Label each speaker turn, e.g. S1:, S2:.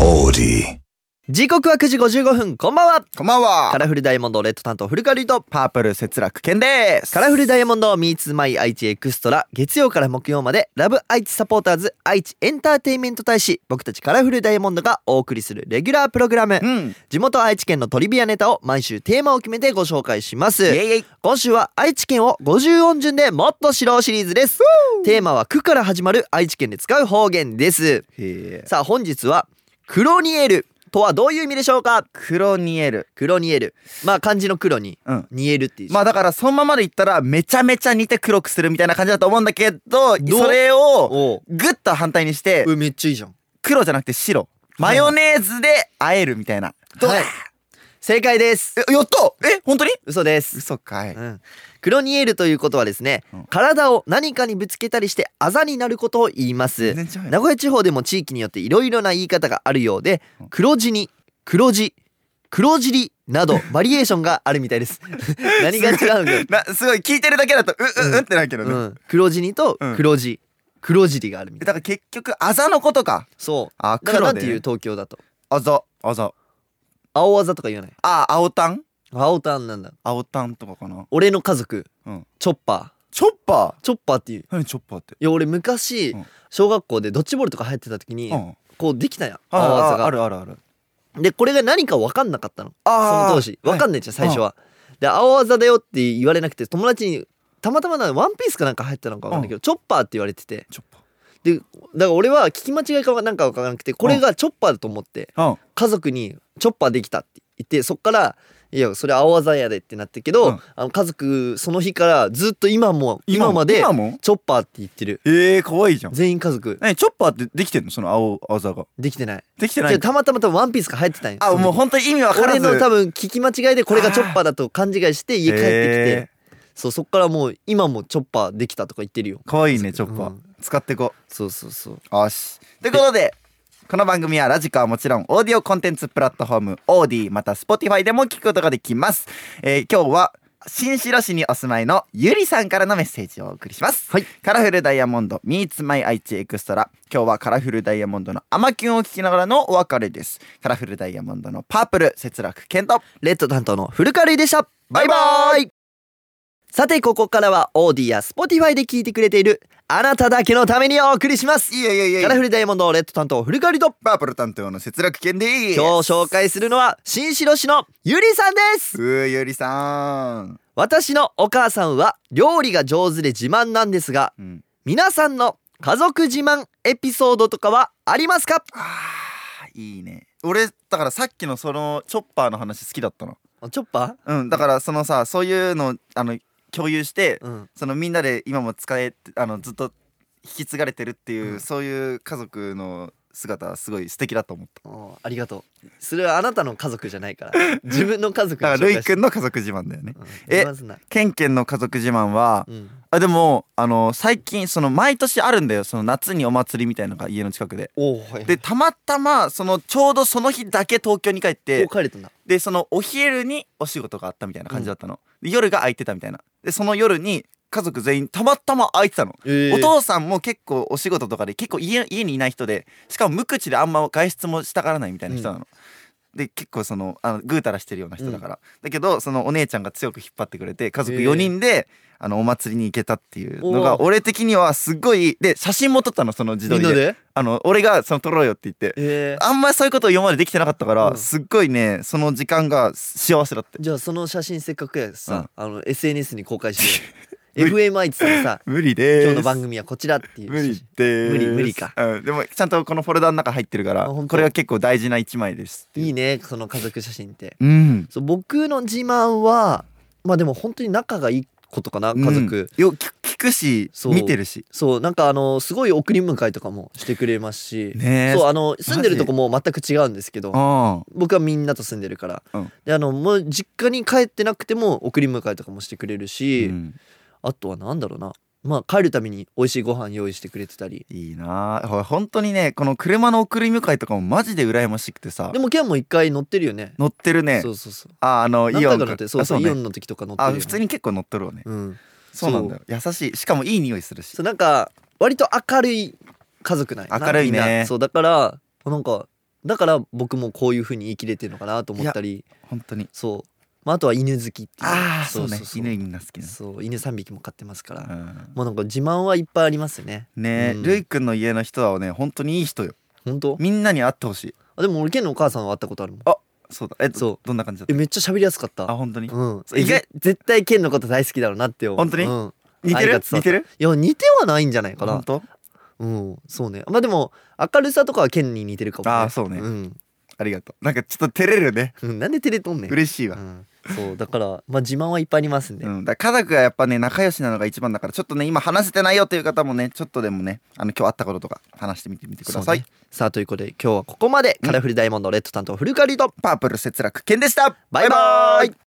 S1: オーディ
S2: 時刻は9時55分こんばんは
S3: こんばん
S2: カ
S3: は。
S2: ラフルダイヤモンドレッド担当古川瑠と
S3: パープル節楽健です。
S2: カラフルダイヤモンド Meets My 愛知エクストラ月曜から木曜までラブ愛知サポーターズ愛知エンターテインメント大使僕たちカラフルダイヤモンドがお送りするレギュラープログラム
S3: うん。
S2: 地元愛知県のトリビアネタを毎週テーマを決めてご紹介しま
S3: イ
S2: す
S3: エイイエイ。
S2: 今週は愛知県を50音順でもっと知ろうシリーズですテーマは区から始まる愛知県で使う方言です
S3: へえ。
S2: さあ本日はクロニエルとはどういう意味でしょうか
S3: クロニエル。
S2: クロニエルまあ漢字の黒に
S3: うん。
S2: 煮えるっていう
S3: まあだからそのままで言ったらめちゃめちゃ似て黒くするみたいな感じだと思うんだけど、
S2: どう
S3: それを
S2: お
S3: グッと反対にして
S2: めっちゃいいじゃん
S3: 黒じゃなくて白。マヨネーズで和えるみたいな。どうだ
S2: はい正解です
S3: えやったえ本当に
S2: 嘘です。
S3: 嘘かいう
S2: ん、クロニエルということはですね、
S3: うん
S2: 体を何かにぶつけたりしてあざになることを言います
S3: 全然違うよ
S2: 名古屋地方でも地域によっていろいろな言い方があるようで
S3: うん
S2: 黒地に黒字黒尻な どバリエーションがあるみたいです何が違うんだ、
S3: な、すごい聞いてるだけだと、う、う、
S2: うん
S3: うんってなるけど
S2: う
S3: ね。
S2: ん、黒地にと黒字、黒尻があるみ
S3: だ
S2: た
S3: から
S2: い
S3: 結局、あざのことか。
S2: そう
S3: あ、
S2: だから
S3: 黒
S2: なん
S3: で
S2: て
S3: ね。
S2: いう東京だと
S3: あざ。あざ。
S2: 青あざとか言わない
S3: あ、青タン
S2: 青タンなんだ
S3: 青タンとかかな。
S2: 俺の家族、
S3: うん
S2: チョッパ
S3: チョッパー
S2: ーチョッパーっていう
S3: 何チョッパーって。
S2: いや俺昔、
S3: うん
S2: 小学校でドッジボールとか流行ってた時に、
S3: うん。
S2: こうできたやん
S3: あ
S2: 青あざ
S3: ああ
S2: が
S3: るあるある。
S2: でこれが何か分かんなかったのその当時分かんないじゃん最初
S3: は
S2: はで青あざだよって言われなくて友達にたまたまなワンピースかなんか流行ってたのか分かんないけど、チョッパーって言われてて
S3: チョッパ
S2: でだから俺は聞き間違いかなんか分からなくてこれがチョッパーだと思って
S3: ー。うん。
S2: 家族にチョッパーできたって言ってそっからいやそれ青あざやでってなったけど、
S3: うん
S2: あの家族その日からずっと今も今まで
S3: 今も
S2: チョッパーって言ってる
S3: ええー、可愛いじゃん。
S2: 全員家族
S3: 何チョッパーってできてんのその青あざが。
S2: できてない
S3: できてな
S2: じゃ
S3: い
S2: あ。たまたま多分ワンピースが流行ってたんよ
S3: あ、
S2: その時
S3: もう本当に意味わから
S2: 俺
S3: ず。
S2: の多
S3: 分
S2: 分聞き間違いでこれがチョッパーだと勘違いして家帰ってきて、そうそっからもう今もチョッパーできたとか言ってるよ
S3: 可愛いねチョッパー。
S2: うん
S3: 使ってこ
S2: そうそうそう
S3: う。よし。ということで。この番組はラジカはもちろんオーディオコンテンツプラットフォームオーディまた Spotify でも聞くことができます、えー、今日は新城市にお住まいのゆりさんからのメッセージをお送りします
S2: はい
S3: カラフルダイヤモンド Meets My 愛知エクストラ今日はカラフルダイヤモンドのアマキュンを聞きながらのお別れですカラフルダイヤモンドのパープル節楽健と
S2: レッド担当の古川瑠衣でしたバイバ
S3: バイバ
S2: ーイさてここからはオーディやスポティファイで聞いてくれているあなただけのためにお送りします
S3: いやいやい
S2: カラフルダイヤモンドレッド担当古川瑠衣と
S3: パープル担当の節楽健です
S2: 今日紹介するのは新城市のゆりさんです
S3: うーゆりさん、
S2: 私のお母さんは料理が上手で自慢なんですが
S3: うん、
S2: 皆さんの家族自慢エピソードとかはありますか
S3: あーいいね俺だからさっきのそのチョッパーの話好きだったの
S2: チョッパ
S3: うんだからそのさそういうのあの共有して
S2: ーうん
S3: そのみんなで今も使えてあのずっと引き継がれてるっていう、
S2: うん
S3: そういう家族の姿はすごい素敵だと思った
S2: おーありがとうそれはあなたの家族じゃない から自分の家族に
S3: だからる
S2: 紹介
S3: い
S2: して
S3: くんの家族自慢だよね
S2: うん
S3: え
S2: まずな
S3: ケンケンの家族自慢は
S2: うん
S3: あでもあの最近その毎年あるんだよその夏にお祭りみたいなのが家の近くで
S2: おーはい
S3: でたまたまそのちょうどその日だけ東京に帰って
S2: お帰れたんだ
S3: でそのお昼にお仕事があったみたいな感じだったの、で夜が空いてたみたいなでその夜に家族全員たまたま空いてたの、お父さんも結構お仕事とかで結構家家にいない人でしかも無口であんま外出もしたがらないみたいな人なの、で結構そのあのぐうたらしてるような人だから、だけどそのお姉ちゃんが強く引っ張ってくれて家族
S2: へえ
S3: 4人で、あのお祭りに行けたっていうの
S2: お
S3: が
S2: ー
S3: 俺的にはすごいで写真も撮ったのその自撮
S2: みん
S3: り
S2: な
S3: で
S2: で
S3: あの俺がその撮ろうよって言って
S2: えー
S3: あんまりそういうことを今までできてなかったから、
S2: うん
S3: すっごいねその時間が幸せだって
S2: じゃあその写真せっかくやしさあの SNS に公開して
S3: 無理
S2: FM 愛知さんにさ
S3: 無理でーす
S2: 今日の番組はこちらっていう
S3: 無理で
S2: 写真
S3: ーす
S2: 無理無理か、
S3: うん、でもちゃんとこのフォルダの中入ってるから
S2: あ本当
S3: これが結構大事な一枚ですっていう
S2: いいねその家族写真って
S3: うん
S2: そう僕の自慢はまあでも本当に仲がいいことかな家
S3: う
S2: 族、
S3: んよ聞聞くし
S2: そう
S3: 見てるし
S2: そうなんかあのすごい送り迎えとかもしてくれますし、
S3: ねえ
S2: そうあの住んでるとこも全く違うんですけど
S3: あ
S2: 僕はみんなと住んでるから、
S3: うん
S2: であのもう実家に帰ってなくても送り迎えとかもしてくれる
S3: あ、う
S2: し、
S3: ん、
S2: あとはなんだろうなまあ帰るために美味しいご飯用意してくれてたり
S3: いいなーほら本当にねこの車の送り迎えとかもマジで羨ましくてさ
S2: でもケンも一回乗ってるよね
S3: 乗ってるね
S2: そうそうそう
S3: ああの
S2: 何
S3: イオ
S2: 回
S3: ン
S2: か
S3: か
S2: 乗ってそう
S3: あ
S2: そう
S3: ね
S2: イオンの時とか乗ってる
S3: あ
S2: よね
S3: 普通に結構乗っとるわね
S2: うん
S3: そうなんだよ優しいしかもいい匂いするし
S2: そうなんか割と明るい家族ない
S3: 明るいね
S2: そうだからなんかだから僕もこういうふうに言い切れてるのかなと思ったり
S3: 本当に
S2: そう、まあ、あとは犬好きっていう
S3: ああそうね
S2: そう
S3: 犬みんな好きな
S2: そう犬3匹も飼ってますから、も
S3: うん
S2: うなんか自慢はいっぱいありますね
S3: ねえ
S2: うん
S3: るいくんの家の人はね本当にいい人よ
S2: 本当
S3: みんなに会ってほしい
S2: あでも俺ケンのお母さんは会ったことあるもん
S3: そうだえ
S2: そう
S3: どんな感じだっ
S2: えめっちゃ喋りやすかった
S3: あ
S2: た
S3: 本当に
S2: うん
S3: そう意外
S2: ぜ絶対ケンのこと大好きだろうなって思う
S3: 本当に
S2: うん、
S3: 似て
S2: ありが
S3: る
S2: とう
S3: 似てる
S2: いや似てはないんじゃないかな
S3: 本当
S2: うんそうねまあでも明るさとかはケンに似てるかもね
S3: あーそうね
S2: うん
S3: ありがとうなんかちょっと照れるね
S2: うんなんで照れとんねん
S3: 嬉しいうわ
S2: ん、そうだからまあ自慢はいっぱいありますんで、
S3: うん、だから家族がやっぱね仲良しなのが一番だからちょっとね今話せてないよという方もねちょっとでもねあの今日会ったこととか話してみてみてください、
S2: そうねさあということで今日はここまでカラフルダイヤモンドレッド担当古川リード
S3: パープル節楽健でした
S2: バイバーイ